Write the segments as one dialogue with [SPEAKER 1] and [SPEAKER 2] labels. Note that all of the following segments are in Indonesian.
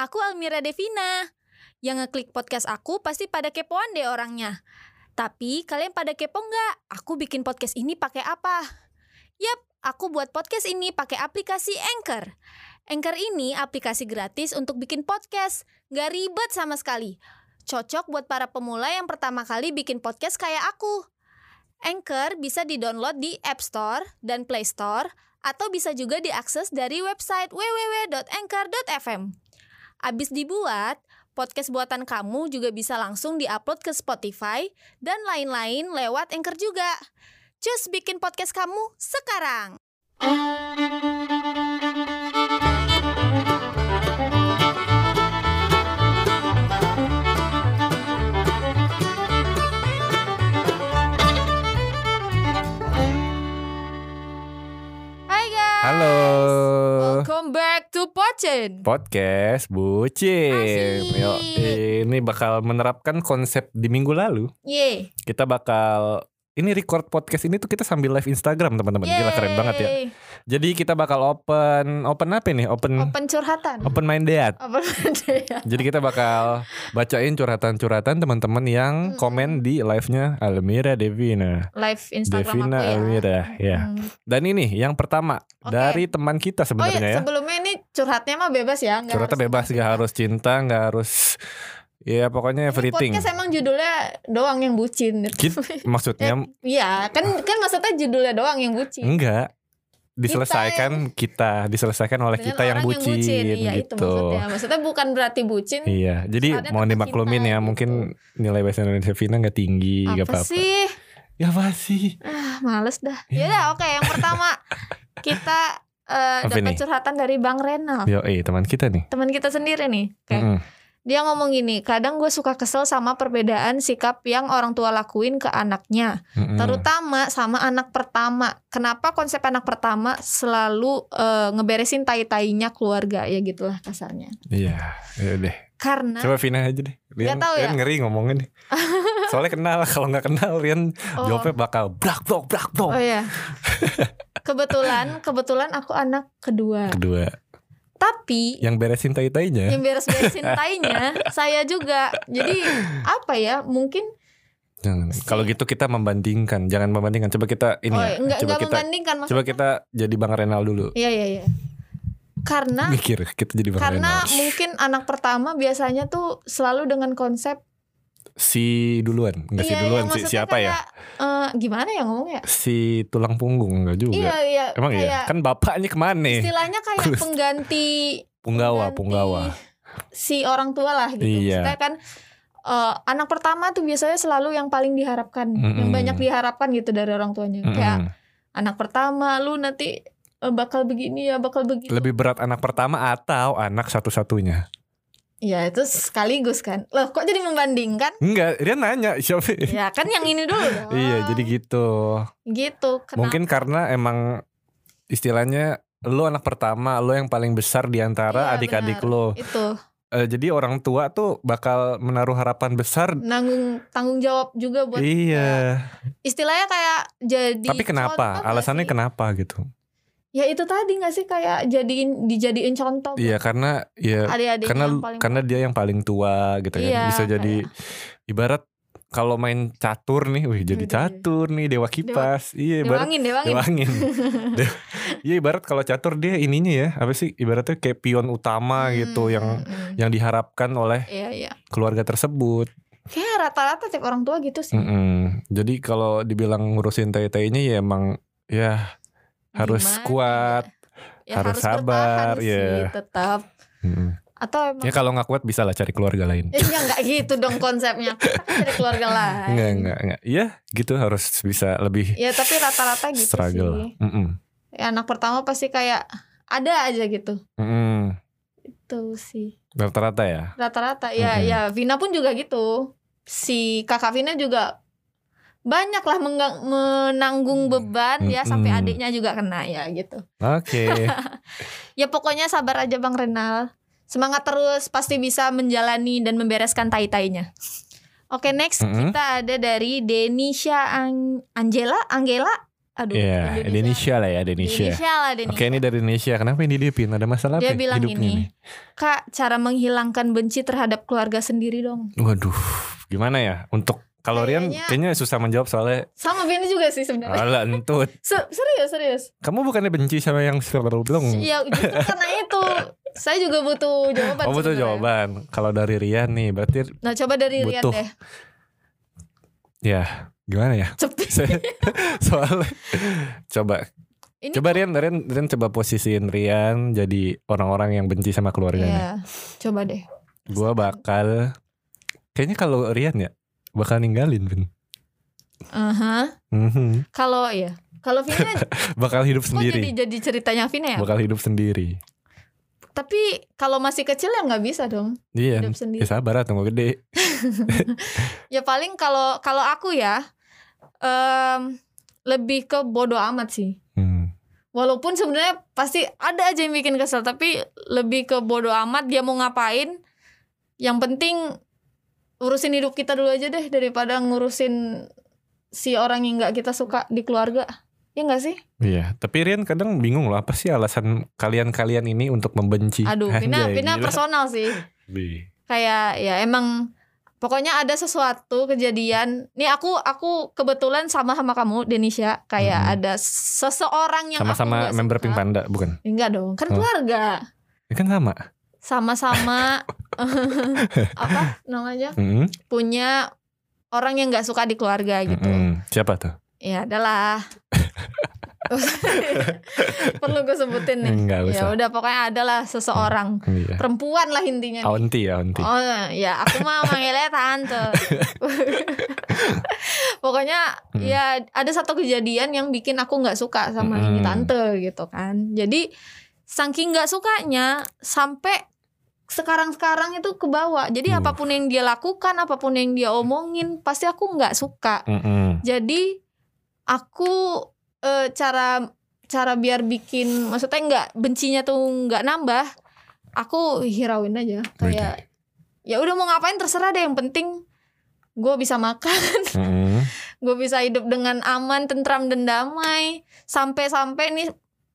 [SPEAKER 1] Aku Almira Devina. Yang ngeklik podcast aku pasti pada kepoan deh orangnya. Tapi kalian pada kepo nggak? Aku bikin podcast ini pakai apa? Yap, aku buat podcast ini pakai aplikasi Anchor. Anchor ini aplikasi gratis untuk bikin podcast. Nggak ribet sama sekali. Cocok buat para pemula yang pertama kali bikin podcast kayak aku. Anchor bisa didownload di App Store dan Play Store atau bisa juga diakses dari website www.anchor.fm. Abis dibuat, podcast buatan kamu juga bisa langsung diupload ke Spotify dan lain-lain lewat Anchor juga. Cus bikin podcast kamu sekarang. Hai guys.
[SPEAKER 2] Halo.
[SPEAKER 1] Welcome back to Pocin.
[SPEAKER 2] Podcast Bucin.
[SPEAKER 1] Asik.
[SPEAKER 2] Yo, ini bakal menerapkan konsep di minggu lalu.
[SPEAKER 1] Ye.
[SPEAKER 2] Kita bakal ini record podcast ini tuh kita sambil live Instagram, teman-teman. Gila keren banget ya.
[SPEAKER 1] Yeay.
[SPEAKER 2] Jadi kita bakal open open apa nih? Open
[SPEAKER 1] Open curhatan.
[SPEAKER 2] open minded.
[SPEAKER 1] Open ya.
[SPEAKER 2] Jadi kita bakal bacain curhatan-curhatan teman-teman yang
[SPEAKER 1] Mm.
[SPEAKER 2] komen di live-nya Almira Devina.
[SPEAKER 1] Live Instagram
[SPEAKER 2] Devina
[SPEAKER 1] aku ya.
[SPEAKER 2] Almira, ya.
[SPEAKER 1] Hmm.
[SPEAKER 2] Dan ini yang pertama
[SPEAKER 1] Oke.
[SPEAKER 2] dari teman
[SPEAKER 1] Oh
[SPEAKER 2] kita
[SPEAKER 1] iya,
[SPEAKER 2] sebenarnya ya.
[SPEAKER 1] sebelumnya ini curhatnya mah bebas ya, enggak.
[SPEAKER 2] Curhatnya bebas, nggak harus cinta, nggak harus ya pokoknya everything.
[SPEAKER 1] Podcast emang judulnya doang yang bucin.
[SPEAKER 2] Git- maksudnya
[SPEAKER 1] Iya, kan kan maksudnya judulnya doang yang bucin.
[SPEAKER 2] enggak diselesaikan kita, diselesaikan oleh
[SPEAKER 1] Dengan
[SPEAKER 2] kita yang
[SPEAKER 1] orang
[SPEAKER 2] bucin,
[SPEAKER 1] Iya, itu
[SPEAKER 2] gitu.
[SPEAKER 1] maksudnya. Maksudnya bukan berarti bucin.
[SPEAKER 2] Iya, jadi
[SPEAKER 1] Ada kata
[SPEAKER 2] mohon dimaklumin
[SPEAKER 1] cinta,
[SPEAKER 2] ya,
[SPEAKER 1] gitu.
[SPEAKER 2] mungkin nilai bahasa Indonesia Vina nggak tinggi,
[SPEAKER 1] apa,
[SPEAKER 2] nggak apa-apa.
[SPEAKER 1] sih?
[SPEAKER 2] Ya apa sih?
[SPEAKER 1] Ah, males dah.
[SPEAKER 2] Iya.
[SPEAKER 1] Yaudah, oke, yang pertama kita eh,
[SPEAKER 2] Apa
[SPEAKER 1] dapat
[SPEAKER 2] nih?
[SPEAKER 1] curhatan dari Bang Renal.
[SPEAKER 2] Yo, eh teman kita nih.
[SPEAKER 1] Teman kita sendiri nih. Kayak
[SPEAKER 2] Mm-mm.
[SPEAKER 1] Dia ngomong gini, kadang gue suka kesel sama perbedaan sikap yang orang tua lakuin ke anaknya,
[SPEAKER 2] Mm-mm.
[SPEAKER 1] terutama sama anak pertama. Kenapa konsep anak pertama selalu eh, ngeberesin tai-tainya keluarga ya gitulah kasarnya.
[SPEAKER 2] Iya, ya deh.
[SPEAKER 1] Karena
[SPEAKER 2] Coba Vina aja deh. Rian,
[SPEAKER 1] Nah. tahu ya.
[SPEAKER 2] Rian ngeri ngomongin nih. Soalnya kenal, kalau nggak kenal Rian
[SPEAKER 1] oh,
[SPEAKER 2] jawabnya bakal brak blok brak blok.
[SPEAKER 1] oh ya. kebetulan kebetulan aku anak kedua.
[SPEAKER 2] Kedua,
[SPEAKER 1] Tapi
[SPEAKER 2] yang beresin tai-tainya.
[SPEAKER 1] yang beres-beresin tainya saya juga. Jadi apa ya? Mungkin
[SPEAKER 2] Jangan. Kalau gitu kita membandingkan, jangan membandingkan. Coba kita ini
[SPEAKER 1] oh,
[SPEAKER 2] ya.
[SPEAKER 1] enggak
[SPEAKER 2] coba
[SPEAKER 1] enggak
[SPEAKER 2] kita
[SPEAKER 1] membandingkan maksudnya.
[SPEAKER 2] coba kita jadi Bang Renal dulu.
[SPEAKER 1] Iya iya iya. Karena
[SPEAKER 2] Mikir, kita jadi Bang
[SPEAKER 1] Karena
[SPEAKER 2] Renal.
[SPEAKER 1] mungkin anak pertama biasanya tuh selalu dengan konsep
[SPEAKER 2] Si duluan, enggak si
[SPEAKER 1] Iya, iya,
[SPEAKER 2] duluan si
[SPEAKER 1] maksudnya
[SPEAKER 2] siapa ya?
[SPEAKER 1] kayak, eh, gimana ya ngomongnya?
[SPEAKER 2] Si tulang punggung enggak juga.
[SPEAKER 1] Iya iya.
[SPEAKER 2] Emang
[SPEAKER 1] kayak,
[SPEAKER 2] iya, kan bapaknya kemana?
[SPEAKER 1] Istilahnya kayak
[SPEAKER 2] Terus.
[SPEAKER 1] pengganti pengganti
[SPEAKER 2] Punggawa, punggawa.
[SPEAKER 1] si orang tua lah gitu.
[SPEAKER 2] Iya.
[SPEAKER 1] Maksudnya kan eh, anak pertama tuh biasanya selalu yang paling diharapkan, yang
[SPEAKER 2] Mm-mm.
[SPEAKER 1] banyak diharapkan gitu dari orang tuanya. Kayak
[SPEAKER 2] Mm-mm.
[SPEAKER 1] anak pertama lu nanti eh, bakal begini ya, bakal begitu.
[SPEAKER 2] Lebih berat anak pertama atau anak satu-satunya?
[SPEAKER 1] Ya itu sekaligus kan. Loh kok jadi membandingkan?
[SPEAKER 2] Enggak, dia nanya siapa.
[SPEAKER 1] ya kan yang ini dulu. dong.
[SPEAKER 2] iya, jadi gitu.
[SPEAKER 1] gitu. Kenapa?
[SPEAKER 2] Mungkin karena emang istilahnya lu anak pertama, lu yang paling besar di antara
[SPEAKER 1] Iya,
[SPEAKER 2] adik-adik
[SPEAKER 1] benar.
[SPEAKER 2] lu.
[SPEAKER 1] itu
[SPEAKER 2] Eh, jadi orang tua tuh bakal menaruh harapan besar.
[SPEAKER 1] nanggung tanggung jawab juga buat
[SPEAKER 2] iya.
[SPEAKER 1] istilahnya kayak jadi
[SPEAKER 2] Tapi kenapa?
[SPEAKER 1] contoh nggak
[SPEAKER 2] Alasannya
[SPEAKER 1] sih?
[SPEAKER 2] kenapa gitu?
[SPEAKER 1] ya itu tadi nggak sih kayak jadiin dijadiin contoh
[SPEAKER 2] Iya, karena ya
[SPEAKER 1] adik-adik
[SPEAKER 2] karena
[SPEAKER 1] Oh, yang paling
[SPEAKER 2] karena dia yang paling tua gitu
[SPEAKER 1] Iya,
[SPEAKER 2] kan. Bisa jadi ibarat kalau main catur nih, wih jadi
[SPEAKER 1] Aduh.
[SPEAKER 2] catur nih dewa kipas. Iya, ibarat
[SPEAKER 1] dewangin dewangin
[SPEAKER 2] dewa angin. Dewa- Iya, ibarat kalau catur dia ininya ya, apa sih? Ibaratnya kayak pion utama gitu yang yang diharapkan oleh
[SPEAKER 1] Hmm, iya iya
[SPEAKER 2] keluarga tersebut.
[SPEAKER 1] kayak rata-rata tiap orang tua gitu sih
[SPEAKER 2] Mm-mm. Jadi kalau dibilang ngurusin TT-nya ya emang ya harus
[SPEAKER 1] Gimana
[SPEAKER 2] kuat.
[SPEAKER 1] ya, Ya,
[SPEAKER 2] harus
[SPEAKER 1] harus bertahan
[SPEAKER 2] sabar,
[SPEAKER 1] sih
[SPEAKER 2] iya.
[SPEAKER 1] tetap
[SPEAKER 2] Mm-mm.
[SPEAKER 1] atau emang
[SPEAKER 2] Ya kalau nggak kuat bisa lah cari keluarga lain.
[SPEAKER 1] Eh, ya nggak gitu dong konsepnya Kita kan dari keluarga lain
[SPEAKER 2] Enggak enggak enggak. Iya gitu harus bisa lebih
[SPEAKER 1] ya tapi rata-rata gitu
[SPEAKER 2] struggle.
[SPEAKER 1] sih
[SPEAKER 2] Mm-mm.
[SPEAKER 1] ya, anak pertama pasti kayak ada aja gitu
[SPEAKER 2] Mm-mm.
[SPEAKER 1] tuh sih
[SPEAKER 2] Rata-rata ya.
[SPEAKER 1] rata-rata ya
[SPEAKER 2] Mm-mm.
[SPEAKER 1] ya Vina pun juga gitu si kakak Vina juga banyak lah mengga- menanggung beban ya sampai
[SPEAKER 2] Mm-mm.
[SPEAKER 1] adiknya juga kena ya gitu
[SPEAKER 2] Oke.
[SPEAKER 1] ya pokoknya sabar aja Bang Renal semangat terus pasti bisa menjalani dan membereskan tai-tainya oke next
[SPEAKER 2] Mm-mm.
[SPEAKER 1] kita ada dari Denisha Ang- Angela Angela aduh
[SPEAKER 3] Iya, Indonesia lah ya, Indonesia.
[SPEAKER 1] Indonesia lah Denny.
[SPEAKER 2] Oke ini dari Indonesia. Kenapa ini dia Pin? Ada masalah
[SPEAKER 1] Dia
[SPEAKER 2] apa ya
[SPEAKER 1] bilang
[SPEAKER 2] hidupnya
[SPEAKER 1] ini, Kak, cara menghilangkan benci terhadap keluarga sendiri dong.
[SPEAKER 2] nih? Waduh, gimana ya? Untuk kalau Rian
[SPEAKER 1] Kayaknya-
[SPEAKER 2] kayaknya susah menjawab soalnya
[SPEAKER 1] Sama Vini juga sih sebenarnya.
[SPEAKER 2] ala entut.
[SPEAKER 1] Se- serius, serius.
[SPEAKER 2] Kamu bukannya benci sama yang sebelum belum?
[SPEAKER 1] Ya justru karena itu. Saya juga butuh jawaban.
[SPEAKER 2] Kamu
[SPEAKER 1] sebenarnya.
[SPEAKER 2] tuh Oh, jawaban. Kalau dari Rian nih, berarti
[SPEAKER 1] Nah, coba dari Rian
[SPEAKER 2] Butuh.
[SPEAKER 1] deh.
[SPEAKER 2] ya gimana ya?
[SPEAKER 1] Cepi.
[SPEAKER 2] Saya- soalnya coba
[SPEAKER 1] Ini
[SPEAKER 2] coba Rian, Rian, Rian coba posisiin Rian jadi orang-orang yang benci sama keluarganya.
[SPEAKER 1] Iya. Coba deh.
[SPEAKER 2] Gua bakal kayaknya kalau Rian ya bakal ninggalin Vin.
[SPEAKER 1] Aha.
[SPEAKER 2] Mhm.
[SPEAKER 1] Kalau ya, kalau Vina kok
[SPEAKER 2] Bakal hidup
[SPEAKER 1] jadi
[SPEAKER 2] sendiri.
[SPEAKER 1] jadi ceritanya Vina ya.
[SPEAKER 2] Bakal hidup sendiri.
[SPEAKER 1] Tapi kalau masih kecil ya nggak bisa dong
[SPEAKER 2] Iya.
[SPEAKER 1] hidup sendiri.
[SPEAKER 2] Ya sabar lah tunggu gede.
[SPEAKER 1] Ya paling kalau kalau aku ya em, lebih ke bodoh amat sih.
[SPEAKER 2] Hmm.
[SPEAKER 1] Walaupun sebenarnya pasti ada aja yang bikin kesel, tapi lebih ke bodoh amat dia mau ngapain. Yang penting urusin hidup kita dulu aja deh daripada ngurusin si orang yang nggak kita suka di keluarga. Ya nggak sih?
[SPEAKER 2] Iya, tapi Rian kadang bingung loh apa sih alasan kalian-kalian ini untuk membenci.
[SPEAKER 1] Aduh, Vina,
[SPEAKER 2] Iya. Anjay,
[SPEAKER 1] Vina
[SPEAKER 2] gila.
[SPEAKER 1] personal sih.
[SPEAKER 2] Bi.
[SPEAKER 1] Kayak ya emang pokoknya ada sesuatu kejadian. Nih aku aku kebetulan sama sama kamu, Denisha. Kayak
[SPEAKER 2] Hmm.
[SPEAKER 1] ada seseorang yang aku
[SPEAKER 2] Sama-sama
[SPEAKER 1] nggak
[SPEAKER 2] member
[SPEAKER 1] suka.
[SPEAKER 2] Pink Panda bukan?
[SPEAKER 1] Enggak dong, kan
[SPEAKER 2] Oh.
[SPEAKER 1] keluarga.
[SPEAKER 2] Ya kan sama.
[SPEAKER 1] sama-sama apa namanya
[SPEAKER 2] Mm-mm,
[SPEAKER 1] punya orang yang nggak suka di keluarga gitu
[SPEAKER 2] mm-mm. Hmm. Siapa tuh?
[SPEAKER 1] ya adalah perlu gue sebutin nih
[SPEAKER 2] Enggak
[SPEAKER 1] ya
[SPEAKER 2] usah.
[SPEAKER 1] udah pokoknya adalah seseorang
[SPEAKER 2] Iya.
[SPEAKER 1] perempuan lah intinya nih.
[SPEAKER 2] Auntie ya, Auntie.
[SPEAKER 1] Oh ya aku mah manggilnya tante Pokoknya
[SPEAKER 2] Mm.
[SPEAKER 1] ya ada satu kejadian yang bikin aku nggak suka sama ini
[SPEAKER 2] Mm-mm.
[SPEAKER 1] tante gitu kan Jadi saking nggak sukanya sampai sekarang-sekarang itu kebawa Jadi
[SPEAKER 2] Uh.
[SPEAKER 1] apapun yang dia lakukan apapun yang dia omongin pasti aku nggak suka
[SPEAKER 2] Mm-mm.
[SPEAKER 1] Jadi aku eh, cara cara biar bikin maksudnya nggak bencinya tuh nggak nambah Aku hirauin aja kayak ya udah mau ngapain terserah deh yang penting gue bisa makan
[SPEAKER 2] Mm-mm.
[SPEAKER 1] gue bisa hidup dengan aman tentram dan damai sampai-sampai nih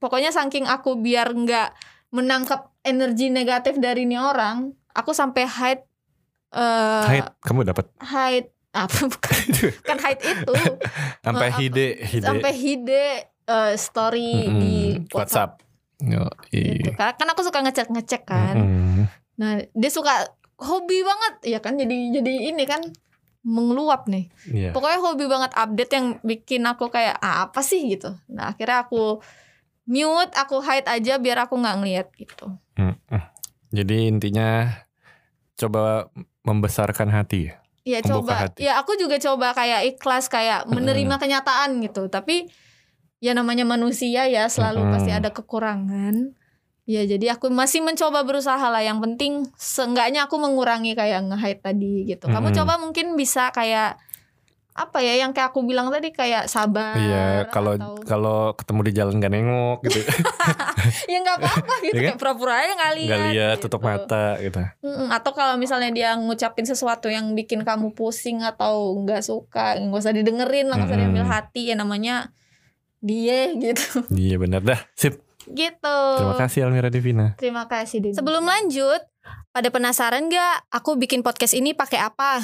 [SPEAKER 1] pokoknya saking aku biar nggak menangkap energi negatif dari nih orang aku sampai hide eh,
[SPEAKER 2] Hide, kamu dapat
[SPEAKER 1] hide apa bukan bukan hide itu
[SPEAKER 2] sampai
[SPEAKER 1] apa?
[SPEAKER 2] hide, hide.
[SPEAKER 1] sampai hide eh, story
[SPEAKER 2] Mm-mm.
[SPEAKER 1] di WhatsApp,
[SPEAKER 2] WhatsApp. Yo,
[SPEAKER 1] gitu.
[SPEAKER 2] i-
[SPEAKER 1] Karena kan aku suka ngecek ngecek kan
[SPEAKER 2] Mm-mm.
[SPEAKER 1] Nah, dia suka hobi banget, ya kan? Jadi jadi ini kan mengeluap nih.
[SPEAKER 2] Iya.
[SPEAKER 1] Pokoknya hobi banget update yang bikin aku kayak "Ah, apa sih gitu. Nah, akhirnya aku mute, aku hide aja biar aku nggak ngeliat gitu.
[SPEAKER 2] Mm-mm. Jadi intinya coba membesarkan hati ya.
[SPEAKER 1] Ya
[SPEAKER 2] Membuka
[SPEAKER 1] coba,
[SPEAKER 2] hati.
[SPEAKER 1] ya aku juga coba kayak ikhlas kayak menerima kenyataan gitu. Tapi ya namanya manusia ya selalu
[SPEAKER 2] Mm-mm.
[SPEAKER 1] pasti ada kekurangan. Ya jadi aku masih mencoba berusaha lah. Yang penting seenggaknya aku mengurangi kayak nge-hide tadi gitu. Kamu
[SPEAKER 2] Mm-mm.
[SPEAKER 1] coba mungkin bisa kayak apa ya yang kayak aku bilang tadi kayak sabar.
[SPEAKER 2] Iya, kalau
[SPEAKER 1] atau-
[SPEAKER 2] kalau ketemu di jalan gak nengok gitu.
[SPEAKER 1] Iya, ya nggak apa-apa gitu
[SPEAKER 2] Iya kan?
[SPEAKER 1] kayak pura-pura aja nggak lihat.
[SPEAKER 2] Gak lihat,
[SPEAKER 1] gitu.
[SPEAKER 2] tutup mata gitu.
[SPEAKER 1] Mm-mm. Atau kalau misalnya dia ngucapin sesuatu yang bikin kamu pusing atau nggak suka, nggak usah didengerin, lah, nggak usah diambil
[SPEAKER 2] Mm-mm.
[SPEAKER 1] hati ya namanya dia gitu.
[SPEAKER 2] Iya benar dah. Sip.
[SPEAKER 1] gitu.
[SPEAKER 2] Terima kasih Almira Devina.
[SPEAKER 1] Terima kasih Din. Sebelum lanjut, pada penasaran nggak aku bikin podcast ini pakai apa?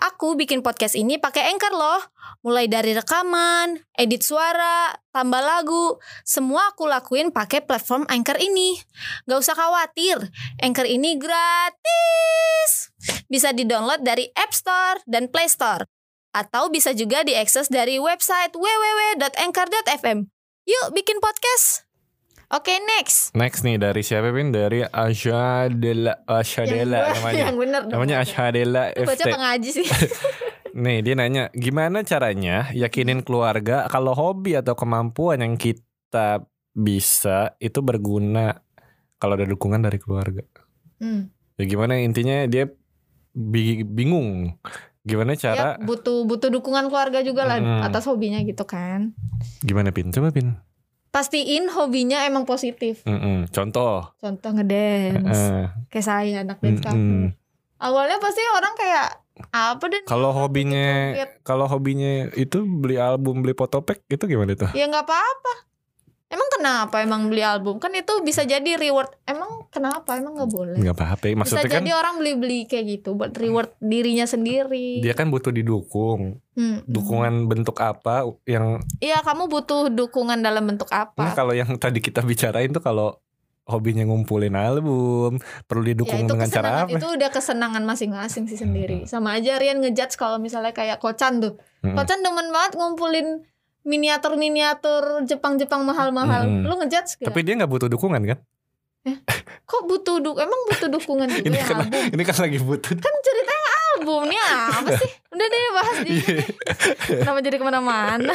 [SPEAKER 1] Aku bikin podcast ini pakai Anchor loh. Mulai dari rekaman, edit suara, tambah lagu, semua aku lakuin pakai platform Anchor ini. Gak usah khawatir, Anchor ini gratis. Bisa di-download dari App Store dan Play Store. Atau bisa juga diakses dari website www.anchor.fm. Yuk bikin podcast. Oke, next.
[SPEAKER 2] Next nih dari siapa Pin? Dari Ashadela Ashadela
[SPEAKER 1] Yang gua-
[SPEAKER 2] namanya.
[SPEAKER 1] yang bener dong.
[SPEAKER 2] Namanya Ashadela
[SPEAKER 1] Lu baca
[SPEAKER 2] FT.
[SPEAKER 1] pengaji sih
[SPEAKER 2] Nih dia nanya, gimana caranya
[SPEAKER 1] Hmm.
[SPEAKER 2] yakinin keluarga kalau hobi atau kemampuan yang kita bisa itu berguna kalau ada dukungan dari keluarga.
[SPEAKER 1] Hmm.
[SPEAKER 2] Ya gimana intinya dia bi- bingung gimana
[SPEAKER 1] ya,
[SPEAKER 2] cara
[SPEAKER 1] butuh butuh dukungan keluarga juga lah
[SPEAKER 2] Hmm.
[SPEAKER 1] atas hobinya gitu kan
[SPEAKER 2] gimana Pin? Coba Pin.
[SPEAKER 1] pastiin hobinya emang positif
[SPEAKER 2] Mm-mm. Contoh.
[SPEAKER 1] contoh ngedance
[SPEAKER 2] Eh,
[SPEAKER 1] kayak saya anak dance
[SPEAKER 2] mm-mm.
[SPEAKER 1] cover awalnya pasti orang kayak Apa dan
[SPEAKER 2] Kalau hobinya
[SPEAKER 1] Joget.
[SPEAKER 2] kalau hobinya itu beli album, beli fotopack itu gimana tuh?
[SPEAKER 1] ya nggak apa-apa. Emang kenapa emang beli album? Kan itu bisa jadi reward. Emang kenapa? Emang nggak boleh.
[SPEAKER 2] Enggak apa-apa. ya.
[SPEAKER 1] bisa
[SPEAKER 2] Maksudnya kan
[SPEAKER 1] jadi orang beli-beli kayak gitu buat reward dirinya sendiri.
[SPEAKER 2] dia kan butuh didukung.
[SPEAKER 1] Hmm.
[SPEAKER 2] Dukungan bentuk apa yang
[SPEAKER 1] Iya, kamu butuh dukungan dalam bentuk
[SPEAKER 2] nah,
[SPEAKER 1] apa?
[SPEAKER 2] kalau yang tadi kita bicarain tuh kalau hobinya ngumpulin album, perlu
[SPEAKER 1] Ya
[SPEAKER 2] didukung
[SPEAKER 1] itu
[SPEAKER 2] dengan cara
[SPEAKER 1] kesenangan
[SPEAKER 2] apa? Hmm.
[SPEAKER 1] itu udah kesenangan masing-masing sih sendiri. Sama aja Rian ngejudge kalau misalnya kayak Kocan tuh.
[SPEAKER 2] Mm-mm.
[SPEAKER 1] Kocan demen banget ngumpulin miniatur-miniatur Jepang-Jepang mahal-mahal.
[SPEAKER 2] Mm-mm.
[SPEAKER 1] Lu ngejudge gak?
[SPEAKER 2] Hmm. Tapi dia nggak butuh dukungan kan?
[SPEAKER 1] Kok butuh du- emang butuh dukungan gitu
[SPEAKER 2] Ini
[SPEAKER 1] ya
[SPEAKER 2] kan-
[SPEAKER 1] album?
[SPEAKER 2] Ini kan lagi butuh.
[SPEAKER 1] Kan ceritanya album nih apa sih? Udah deh bahas di
[SPEAKER 2] Iya.
[SPEAKER 1] kenapa jadi kemana-mana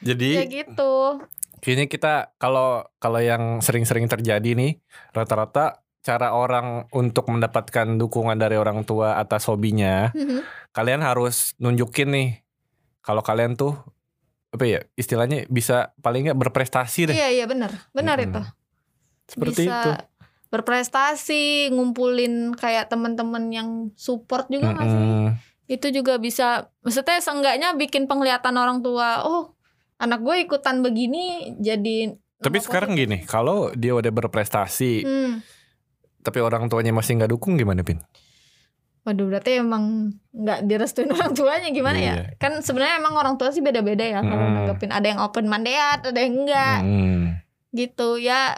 [SPEAKER 2] Jadi
[SPEAKER 1] ya gitu.
[SPEAKER 2] kayaknya kita kalau kalau yang sering-sering terjadi nih rata-rata cara orang untuk mendapatkan dukungan dari orang tua atas hobinya kalian harus nunjukin nih kalau kalian tuh apa ya istilahnya bisa paling nggak berprestasi deh
[SPEAKER 1] Iya iya benar benar
[SPEAKER 2] Mm-mm.
[SPEAKER 1] itu. bisa
[SPEAKER 2] seperti itu
[SPEAKER 1] berprestasi ngumpulin kayak temen-temen yang support juga nggak sih?
[SPEAKER 2] Mm-mm.
[SPEAKER 1] itu juga bisa maksudnya seenggaknya bikin penglihatan orang tua oh anak gue ikutan begini jadi
[SPEAKER 2] tapi
[SPEAKER 1] nomor
[SPEAKER 2] sekarang
[SPEAKER 1] positif.
[SPEAKER 2] gini kalau dia udah berprestasi
[SPEAKER 1] hmm.
[SPEAKER 2] tapi orang tuanya masih nggak dukung gimana pin
[SPEAKER 1] waduh berarti emang nggak direstuin orang tuanya gimana
[SPEAKER 2] Iya.
[SPEAKER 1] ya kan sebenarnya emang orang tua sih beda-beda ya kalau
[SPEAKER 2] Hmm.
[SPEAKER 1] nanggepin ada yang open mandeat ada yang enggak
[SPEAKER 2] Mm.
[SPEAKER 1] gitu ya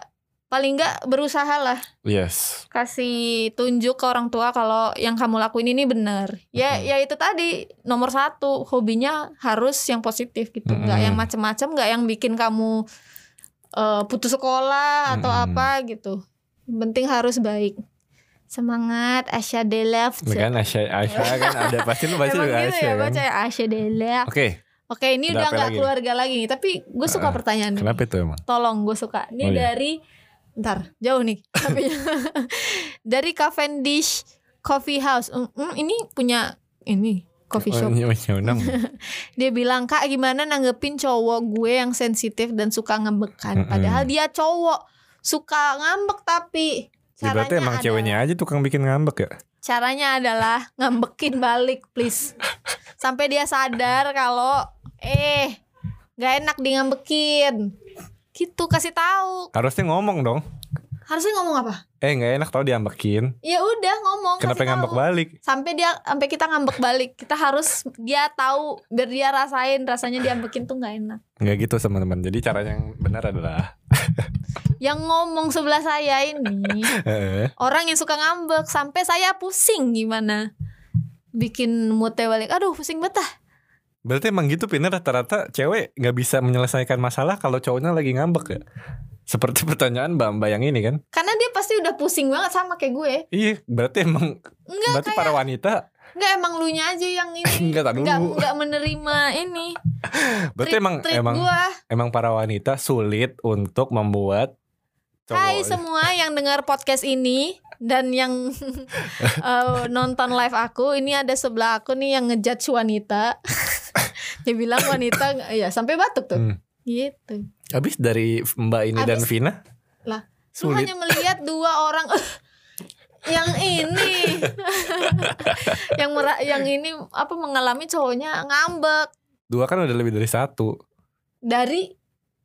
[SPEAKER 1] paling enggak berusaha lah
[SPEAKER 2] yes
[SPEAKER 1] kasih tunjuk ke orang tua kalau yang kamu lakuin ini benar ya
[SPEAKER 2] Mhm.
[SPEAKER 1] ya itu tadi nomor satu hobinya harus yang positif gitu nggak
[SPEAKER 2] Mhm.
[SPEAKER 1] yang macem-macem nggak yang bikin kamu eh, putus sekolah atau
[SPEAKER 2] Mhm.
[SPEAKER 1] apa gitu Yang penting harus baik semangat Asya Delaf
[SPEAKER 2] Ini kan Aisyah Aisyah kan ada pasti lu baca
[SPEAKER 1] Emang
[SPEAKER 2] juga
[SPEAKER 1] gitu ya
[SPEAKER 2] Aisyah
[SPEAKER 1] baca
[SPEAKER 2] kan?
[SPEAKER 1] ya Asya Delaf
[SPEAKER 2] oke
[SPEAKER 1] oke ini
[SPEAKER 2] Ada
[SPEAKER 1] udah
[SPEAKER 2] apa
[SPEAKER 1] nggak
[SPEAKER 2] lagi nih?
[SPEAKER 1] keluarga lagi nih tapi gue suka
[SPEAKER 2] Ah,
[SPEAKER 1] pertanyaan ini
[SPEAKER 2] kenapa itu emang
[SPEAKER 1] tolong gue suka ini
[SPEAKER 2] Oh, iya.
[SPEAKER 1] dari ntar jauh nih tapi dari Cavendish Coffee House Mm, mm, ini punya ini coffee shop
[SPEAKER 2] Oh, nyawa-nyawa.
[SPEAKER 1] dia bilang kak gimana nanggepin cowok gue yang sensitif dan suka ngembekan
[SPEAKER 2] Mm-mm.
[SPEAKER 1] padahal dia cowok suka ngambek tapi
[SPEAKER 2] Ya
[SPEAKER 1] caranya
[SPEAKER 2] berarti emang
[SPEAKER 1] adalah-
[SPEAKER 2] ceweknya aja tukang bikin ngambek ya?
[SPEAKER 1] caranya adalah ngembekin balik please sampai dia sadar kalau eh nggak enak di ngembekin gitu kasih tahu
[SPEAKER 2] Harusnya ngomong dong.
[SPEAKER 1] harusnya ngomong apa
[SPEAKER 2] Eh nggak enak tau diambekin.
[SPEAKER 1] ya udah ngomong
[SPEAKER 2] Kenapa
[SPEAKER 1] kasih
[SPEAKER 2] ngambek
[SPEAKER 1] tahu.
[SPEAKER 2] balik?
[SPEAKER 1] sampai dia sampai kita ngambek balik kita harus dia tahu biar dia rasain rasanya diambekin tuh nggak enak
[SPEAKER 2] Nggak gitu teman-teman. Jadi caranya yang benar adalah
[SPEAKER 1] yang ngomong sebelah saya ini
[SPEAKER 2] eh,
[SPEAKER 1] orang yang suka ngambek sampai saya pusing gimana bikin moodnya balik aduh pusing betah
[SPEAKER 2] berarti emang gitu Pina rata-rata cewek nggak bisa menyelesaikan masalah kalau cowoknya lagi ngambek ya. Seperti pertanyaan Mbak Mbak yang ini kan.
[SPEAKER 1] karena dia pasti udah pusing banget sama kayak gue
[SPEAKER 2] Iya, berarti emang
[SPEAKER 1] enggak
[SPEAKER 2] berarti para wanita
[SPEAKER 1] enggak emang lu nya aja yang ini
[SPEAKER 2] enggak tak
[SPEAKER 1] enggak
[SPEAKER 2] dulu.
[SPEAKER 1] enggak menerima ini
[SPEAKER 2] Berarti
[SPEAKER 1] trik-
[SPEAKER 2] emang
[SPEAKER 1] trik
[SPEAKER 2] emang
[SPEAKER 1] gua.
[SPEAKER 2] emang para wanita sulit untuk membuat
[SPEAKER 1] Hai
[SPEAKER 2] cowok.
[SPEAKER 1] semua yang dengar podcast ini dan yang eh, nonton live aku, ini ada sebelah aku nih yang ngejudge wanita. Dia bilang wanita nggak- ya sampai batuk tuh.
[SPEAKER 2] Hmm.
[SPEAKER 1] Gitu.
[SPEAKER 2] Habis dari Mbak ini dan
[SPEAKER 1] Habis-
[SPEAKER 2] Vina
[SPEAKER 1] Lu
[SPEAKER 2] Sulit.
[SPEAKER 1] hanya melihat dua orang yang ini yang mera- yang ini apa mengalami cowoknya ngambek
[SPEAKER 2] dua kan udah lebih dari satu.
[SPEAKER 1] dari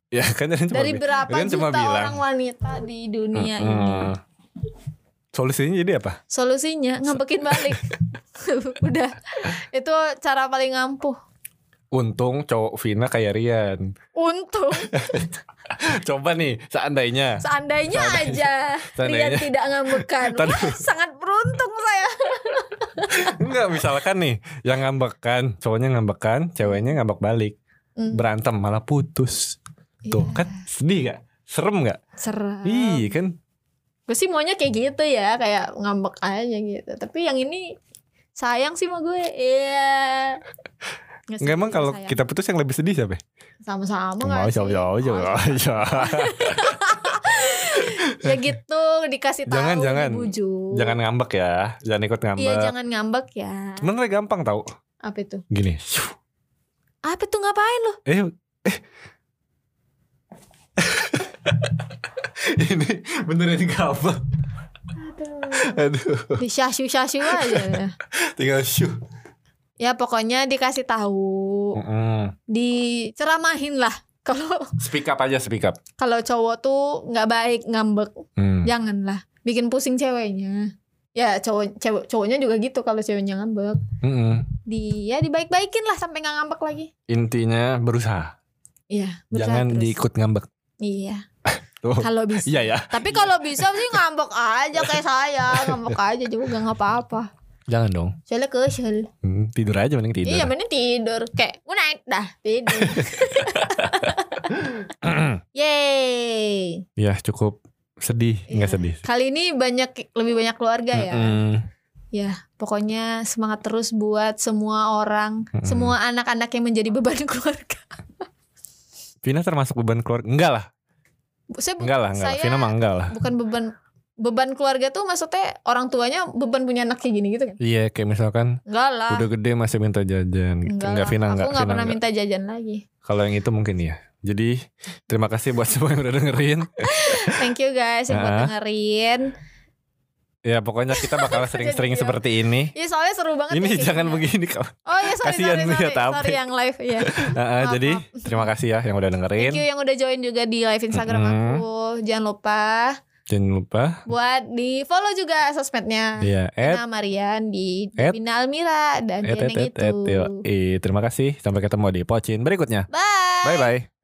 [SPEAKER 2] Ya kan jadi cuma
[SPEAKER 1] dari
[SPEAKER 2] bi-
[SPEAKER 1] berapa
[SPEAKER 2] kan cuma
[SPEAKER 1] juta
[SPEAKER 2] bilang. Hmm.
[SPEAKER 1] orang wanita di dunia
[SPEAKER 2] Mm-mm.
[SPEAKER 1] ini.
[SPEAKER 2] Solusinya jadi apa?
[SPEAKER 1] solusinya ngambekin balik udah itu cara paling ampuh
[SPEAKER 2] Untung cowok Vina kayak Rian.
[SPEAKER 1] untung
[SPEAKER 2] Coba nih seandainya.
[SPEAKER 1] seandainya aja Rian
[SPEAKER 2] Seandainya.
[SPEAKER 1] tidak ngambekan
[SPEAKER 2] Tadi-
[SPEAKER 1] Wah, sangat beruntung saya
[SPEAKER 2] Enggak misalkan nih yang ngambekan, cowoknya ngambekan, ceweknya ngambek balik.
[SPEAKER 1] Mm.
[SPEAKER 2] Berantem malah putus. Tuh
[SPEAKER 1] Iya,
[SPEAKER 2] kan sedih gak? Serem gak?
[SPEAKER 1] serem
[SPEAKER 2] Ih kan
[SPEAKER 1] gue sih maunya kayak gitu ya kayak ngambek aja gitu tapi yang ini sayang sih sama gue iya Nggak
[SPEAKER 2] Enggak
[SPEAKER 1] sih,
[SPEAKER 2] emang kalau
[SPEAKER 1] sayang.
[SPEAKER 2] kita putus yang lebih sedih siapa? ya?
[SPEAKER 1] sama-sama nggak
[SPEAKER 2] Mau
[SPEAKER 1] sih?
[SPEAKER 2] jauh jauh jauh
[SPEAKER 1] iya.
[SPEAKER 2] Iya.
[SPEAKER 1] ya gitu dikasih tahu
[SPEAKER 2] Jangan, jangan.
[SPEAKER 1] dibujuk.
[SPEAKER 2] Jangan ngambek ya Jangan ikut
[SPEAKER 1] iya
[SPEAKER 2] ngambek
[SPEAKER 1] jangan ngambek ya
[SPEAKER 2] Sebenernya gampang tau
[SPEAKER 1] apa itu
[SPEAKER 2] Gini
[SPEAKER 1] apa tuh ngapain lo
[SPEAKER 2] Eh, eh. ini beneran apa? Aduh,
[SPEAKER 1] Disyasyu syasyu aja.
[SPEAKER 2] tinggal syuh.
[SPEAKER 1] ya pokoknya dikasih
[SPEAKER 2] Hmm.
[SPEAKER 1] tahu,
[SPEAKER 2] Mm-mm.
[SPEAKER 1] diceramahin lah. Kalau
[SPEAKER 2] Speak up aja, speak up.
[SPEAKER 1] kalau cowok tuh nggak baik ngambek, Ya.
[SPEAKER 2] Hmm.
[SPEAKER 1] janganlah. Bikin pusing ceweknya. Ya cowok cewek cowoknya juga gitu kalau ceweknya ngambek.
[SPEAKER 2] Mm-mm.
[SPEAKER 1] Dia dibaik-baikin lah sampai nggak ngambek lagi.
[SPEAKER 2] Intinya berusaha.
[SPEAKER 1] Iya. berusaha
[SPEAKER 2] Jangan
[SPEAKER 1] terus.
[SPEAKER 2] diikut ngambek.
[SPEAKER 1] Iya.
[SPEAKER 2] Tuh.
[SPEAKER 1] Kalau bisa.
[SPEAKER 2] Iya ya.
[SPEAKER 1] Tapi kalau bisa sih ngambek aja kayak saya, ngambek aja juga nggak apa-apa.
[SPEAKER 2] Jangan dong.
[SPEAKER 1] Soalnya kesel.
[SPEAKER 2] Hmm, tidur aja mending tidur.
[SPEAKER 1] Iya mending tidur Kayak good night Dah tidur Yeay
[SPEAKER 2] ya cukup sedih, nggak
[SPEAKER 1] Iya.
[SPEAKER 2] sedih.
[SPEAKER 1] Kali ini banyak Lebih banyak keluarga ya
[SPEAKER 2] Mm-mm.
[SPEAKER 1] Pokoknya semangat terus buat semua orang
[SPEAKER 2] Mm-mm.
[SPEAKER 1] Semua anak-anak yang menjadi beban keluarga
[SPEAKER 2] Vina termasuk beban keluarga? Enggak lah,
[SPEAKER 1] Saya bu-
[SPEAKER 2] enggak lah, enggak. lah.
[SPEAKER 1] Saya-
[SPEAKER 2] Vina mah enggak lah.
[SPEAKER 1] bukan beban Beban keluarga tuh maksudnya Orang tuanya beban punya anak kayak gini gitu kan
[SPEAKER 2] Iya, kayak misalkan
[SPEAKER 1] Enggak lah
[SPEAKER 2] udah gede masih minta jajan gitu. Enggak,
[SPEAKER 1] lah.
[SPEAKER 2] Vina
[SPEAKER 1] Ah. Aku
[SPEAKER 2] enggak,
[SPEAKER 1] nggak
[SPEAKER 2] Vina
[SPEAKER 1] pernah
[SPEAKER 2] enggak.
[SPEAKER 1] minta jajan lagi
[SPEAKER 2] Kalau yang itu mungkin ya. Jadi terima kasih buat semua yang udah dengerin.
[SPEAKER 1] Thank you guys yang buat
[SPEAKER 2] Ah.
[SPEAKER 1] dengerin
[SPEAKER 2] Ya pokoknya kita bakal sering-sering
[SPEAKER 1] Jadi,
[SPEAKER 2] seperti ini.
[SPEAKER 1] Iya soalnya seru banget ya
[SPEAKER 2] Ini
[SPEAKER 1] kayak
[SPEAKER 2] jangan
[SPEAKER 1] gini.
[SPEAKER 2] begini kalau.
[SPEAKER 1] Oh iya sorry
[SPEAKER 2] Kasihan
[SPEAKER 1] sorry
[SPEAKER 2] lu ya,
[SPEAKER 1] sorry,
[SPEAKER 2] tapi.
[SPEAKER 1] sorry yang live ya.
[SPEAKER 2] Ah, ah,
[SPEAKER 1] Maaf,
[SPEAKER 2] jadi
[SPEAKER 1] maaf.
[SPEAKER 2] terima kasih ya yang udah dengerin.
[SPEAKER 1] Thank you yang udah join juga di live Instagram
[SPEAKER 2] Mm-mm.
[SPEAKER 1] aku. Jangan lupa
[SPEAKER 2] Jangan lupa
[SPEAKER 1] buat di follow juga sosmednya.
[SPEAKER 2] ya at
[SPEAKER 1] Nah Marian di
[SPEAKER 2] At-
[SPEAKER 1] Bina Almira dan gitu. Dian
[SPEAKER 2] at at
[SPEAKER 1] yang
[SPEAKER 2] at, at,
[SPEAKER 1] itu.
[SPEAKER 2] yoi. Terima kasih. Sampai ketemu di Pocin berikutnya.
[SPEAKER 1] Bye.
[SPEAKER 2] Bye bye.